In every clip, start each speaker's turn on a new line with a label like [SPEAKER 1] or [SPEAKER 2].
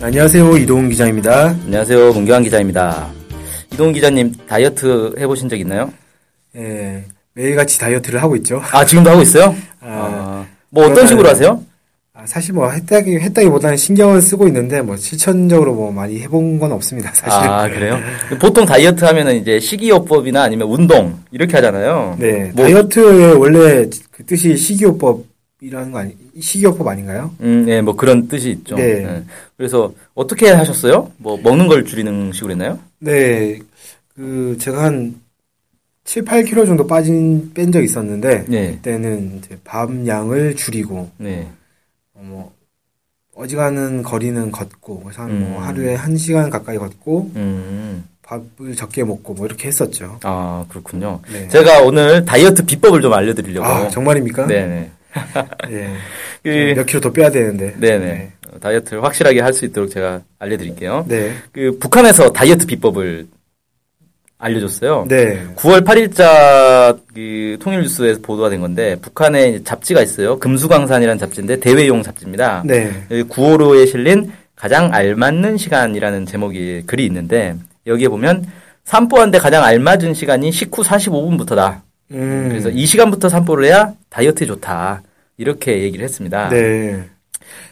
[SPEAKER 1] 안녕하세요 이동훈 기자입니다.
[SPEAKER 2] 안녕하세요. 문경환 기자입니다. 이동 기자님 다이어트 해보신 적 있나요?
[SPEAKER 1] 예, 매일같이 다이어트를 하고 있죠.
[SPEAKER 2] 아 지금도 하고 있어요?
[SPEAKER 1] 아,
[SPEAKER 2] 아, 뭐 어떤
[SPEAKER 1] 그러면은-
[SPEAKER 2] 식으로 하세요?
[SPEAKER 1] 아, 사실 뭐 했다기 했다기보다는 신경을 쓰고 있는데 뭐 실천적으로 뭐 많이 해본 건 없습니다. 사실.
[SPEAKER 2] 아 그래요? 보통 다이어트 하면은 이제 식이요법이나 아니면 운동 이렇게 하잖아요.
[SPEAKER 1] 네,
[SPEAKER 2] 뭐,
[SPEAKER 1] 다이어트의 원래 그 뜻이 식이요법이라는 거 아니 식이요법 아닌가요?
[SPEAKER 2] 음, 예, 뭐 그런 뜻이 있죠.
[SPEAKER 1] 네.
[SPEAKER 2] 그래서 어떻게 하셨어요? 뭐 먹는 걸 줄이는 식으로 했나요?
[SPEAKER 1] 네, 그 제가 한 7, 8kg 정도 빠진 뺀 적이 있었는데
[SPEAKER 2] 네.
[SPEAKER 1] 그때는 이제 밤 양을 줄이고
[SPEAKER 2] 네.
[SPEAKER 1] 어, 뭐 어지간한 거리는 걷고 그래서 한뭐
[SPEAKER 2] 음.
[SPEAKER 1] 하루에 한 시간 가까이 걷고
[SPEAKER 2] 음.
[SPEAKER 1] 밥을 적게 먹고 뭐 이렇게 했었죠.
[SPEAKER 2] 아 그렇군요.
[SPEAKER 1] 네.
[SPEAKER 2] 제가 오늘 다이어트 비법을 좀 알려드리려고.
[SPEAKER 1] 아 정말입니까?
[SPEAKER 2] 네네.
[SPEAKER 1] 예.
[SPEAKER 2] 그-
[SPEAKER 1] 몇 킬로 더 빼야 되는데.
[SPEAKER 2] 네네. 어, 다이어트를 확실하게 할 수 있도록 제가 알려드릴게요.
[SPEAKER 1] 네.
[SPEAKER 2] 그 북한에서 다이어트 비법을 알려줬어요.
[SPEAKER 1] 네.
[SPEAKER 2] 9월 8일자 그 통일뉴스에서 보도가 된 건데 북한에 이제 잡지가 있어요. 금수강산이라는 잡지인데 대외용 잡지입니다.
[SPEAKER 1] 네.
[SPEAKER 2] 9호로에 실린 가장 알맞는 시간이라는 제목의 글이 있는데 여기에 보면 산보한데 가장 알맞은 시간이 식후 45분부터다.
[SPEAKER 1] 음.
[SPEAKER 2] 그래서 이 시간부터 산보를 해야 다이어트에 좋다. 이렇게 얘기를 했습니다.
[SPEAKER 1] 네.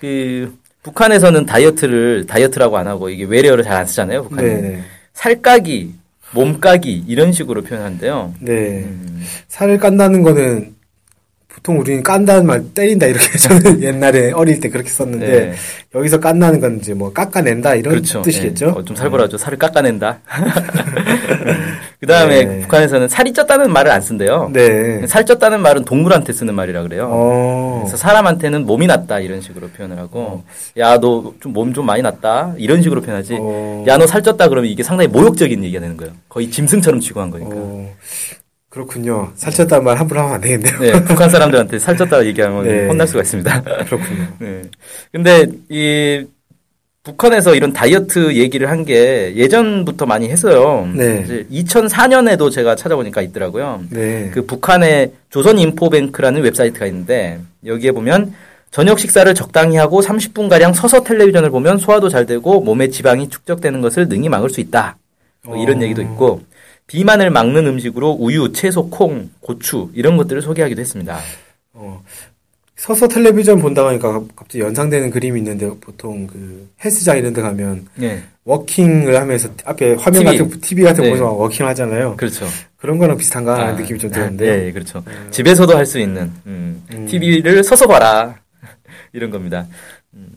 [SPEAKER 2] 그 북한에서는 다이어트를 다이어트라고 안 하고 이게 외래어를 잘 안 쓰잖아요. 북한이
[SPEAKER 1] 네.
[SPEAKER 2] 살까기, 몸까기 이런 식으로 표현하는데요.
[SPEAKER 1] 네.
[SPEAKER 2] 음.
[SPEAKER 1] 살을 깐다는 거는 보통 우리는 깐다는 말 때린다 이렇게 저는 옛날에 어릴 때 그렇게 썼는데
[SPEAKER 2] 네.
[SPEAKER 1] 여기서 깐다는 건 이제 뭐 깎아낸다 이런
[SPEAKER 2] 그렇죠.
[SPEAKER 1] 뜻이겠죠? 네.
[SPEAKER 2] 예. 어, 좀 살벌하죠. 살을 깎아낸다. 그 다음에
[SPEAKER 1] 네.
[SPEAKER 2] 북한에서는 살이 쪘다는 말을 안 쓴대요.
[SPEAKER 1] 네.
[SPEAKER 2] 살 네, 쪘다는 말은 동물한테 쓰는 말이라 그래요.
[SPEAKER 1] 어.
[SPEAKER 2] 그래서 사람한테는 몸이 났다 이런 식으로 표현을 하고 야 너 좀 몸 좀 많이 났다 이런 식으로 표현하지
[SPEAKER 1] 어.
[SPEAKER 2] 야 너 살쪘다 그러면 이게 상당히 모욕적인 얘기가 되는 거예요 거의 짐승처럼 취급한 거니까
[SPEAKER 1] 어. 그렇군요. 살쪘다는 말 함부로 하면 안 되겠네요.
[SPEAKER 2] 네, 북한 사람들한테 살쪘다 얘기하면
[SPEAKER 1] 네.
[SPEAKER 2] 혼날 수가 있습니다.
[SPEAKER 1] 그렇군요.
[SPEAKER 2] 네. 근데 이 북한에서 이런 다이어트 얘기를 한 게 예전부터 많이 했어요.
[SPEAKER 1] 네.
[SPEAKER 2] 2004년에도 제가 찾아보니까 있더라고요.
[SPEAKER 1] 네.
[SPEAKER 2] 그 북한의 조선인포뱅크라는 웹사이트가 있는데 여기에 보면 저녁 식사를 적당히 하고 30분 가량 서서 텔레비전을 보면 소화도 잘 되고 몸에 지방이 축적되는 것을 능히 막을 수 있다. 뭐 이런
[SPEAKER 1] 어.
[SPEAKER 2] 얘기도 있고 비만을 막는 음식으로 우유, 채소, 콩, 고추 이런 것들을 소개하기도 했습니다.
[SPEAKER 1] 어, 서서 텔레비전 본다고 하니까 갑- 갑자기 연상되는 그림이 있는데 보통 그 헬스장 이런 데 가면
[SPEAKER 2] 네.
[SPEAKER 1] 워킹을 하면서 앞에 화면
[SPEAKER 2] TV.
[SPEAKER 1] 같은 TV 같은 거
[SPEAKER 2] 네.
[SPEAKER 1] 보면서 막 워킹 하잖아요.
[SPEAKER 2] 그렇죠.
[SPEAKER 1] 그런 거랑 비슷한가 하는
[SPEAKER 2] 아,
[SPEAKER 1] 느낌이 좀 음.
[SPEAKER 2] 네,
[SPEAKER 1] 드는데.
[SPEAKER 2] 예, 그렇죠. 집에서도 할 수 있는 음, TV를 서서 봐라 이런 겁니다. 음,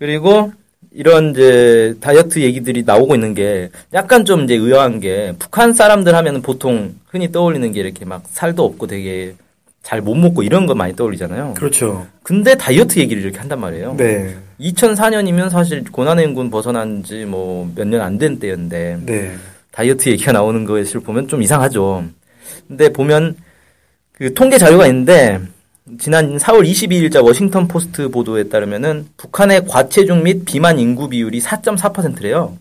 [SPEAKER 2] 그리고 이런 이제 다이어트 얘기들이 나오고 있는 게 약간 좀 이제 의아한 게 북한 사람들 하면 보통 흔히 떠올리는 게 이렇게 막 살도 없고 되게 잘 못 먹고 이런 거 많이 떠올리잖아요.
[SPEAKER 1] 그렇죠.
[SPEAKER 2] 근데 다이어트 얘기를 이렇게 한단 말이에요.
[SPEAKER 1] 네.
[SPEAKER 2] 2004년이면 사실 고난의 인군 벗어난 지 뭐 몇 년 안 된 때였는데
[SPEAKER 1] 네.
[SPEAKER 2] 다이어트 얘기가 나오는 것을 보면 좀 이상하죠. 근데 보면 그 통계 자료가 있는데 지난 4월 22일자 워싱턴 포스트 보도에 따르면은 북한의 과체중 및 비만 인구 비율이 4.4%래요.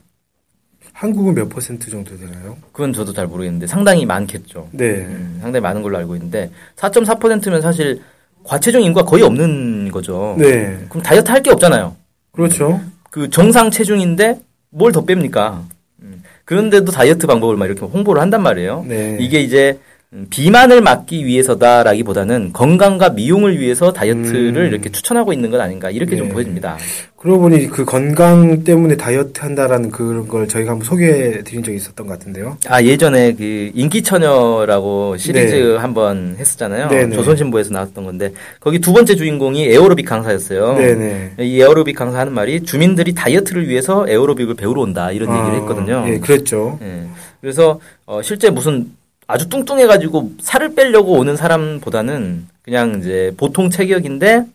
[SPEAKER 1] 한국은 몇 퍼센트 정도 되나요?
[SPEAKER 2] 그건 저도 잘 모르겠는데 상당히 많겠죠.
[SPEAKER 1] 네.
[SPEAKER 2] 음, 상당히 많은 걸로 알고 있는데 4.4%면 사실 과체중 인구가 거의 없는 거죠.
[SPEAKER 1] 네.
[SPEAKER 2] 그럼 다이어트 할 게 없잖아요.
[SPEAKER 1] 그렇죠.
[SPEAKER 2] 그 정상 체중인데 뭘 더 뺍니까? 음, 그런데도 다이어트 방법을 막 이렇게 홍보를 한단 말이에요.
[SPEAKER 1] 네.
[SPEAKER 2] 이게 이제 음, 비만을 막기 위해서다라기보다는 건강과 미용을 위해서 다이어트를
[SPEAKER 1] 음.
[SPEAKER 2] 이렇게 추천하고 있는 건 아닌가 이렇게 좀
[SPEAKER 1] 네.
[SPEAKER 2] 보여집니다.
[SPEAKER 1] 그러고 보니 그 건강 때문에 다이어트 한다라는 그런 걸 저희가 한번 소개해 드린 적이 있었던 것 같은데요.
[SPEAKER 2] 아 예전에 그 인기처녀라고 시리즈
[SPEAKER 1] 네.
[SPEAKER 2] 한번 했었잖아요.
[SPEAKER 1] 네네.
[SPEAKER 2] 조선신보에서 나왔던 건데 거기 두 번째 주인공이 에어로빅 강사였어요.
[SPEAKER 1] 네네.
[SPEAKER 2] 이 에어로빅 강사 하는 말이 주민들이 다이어트를 위해서 에어로빅을 배우러 온다 이런 얘기를
[SPEAKER 1] 아,
[SPEAKER 2] 했거든요.
[SPEAKER 1] 예, 그랬죠.
[SPEAKER 2] 예. 그래서 어, 실제 무슨 아주 뚱뚱해가지고 살을 빼려고 오는 사람보다는 그냥 이제 보통 체격인데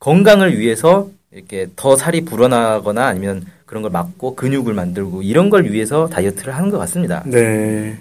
[SPEAKER 2] 건강을 위해서 이렇게 더 살이 불어나거나 아니면 그런 걸 막고 근육을 만들고 이런 걸 위해서 다이어트를 하는 것 같습니다.
[SPEAKER 1] 네.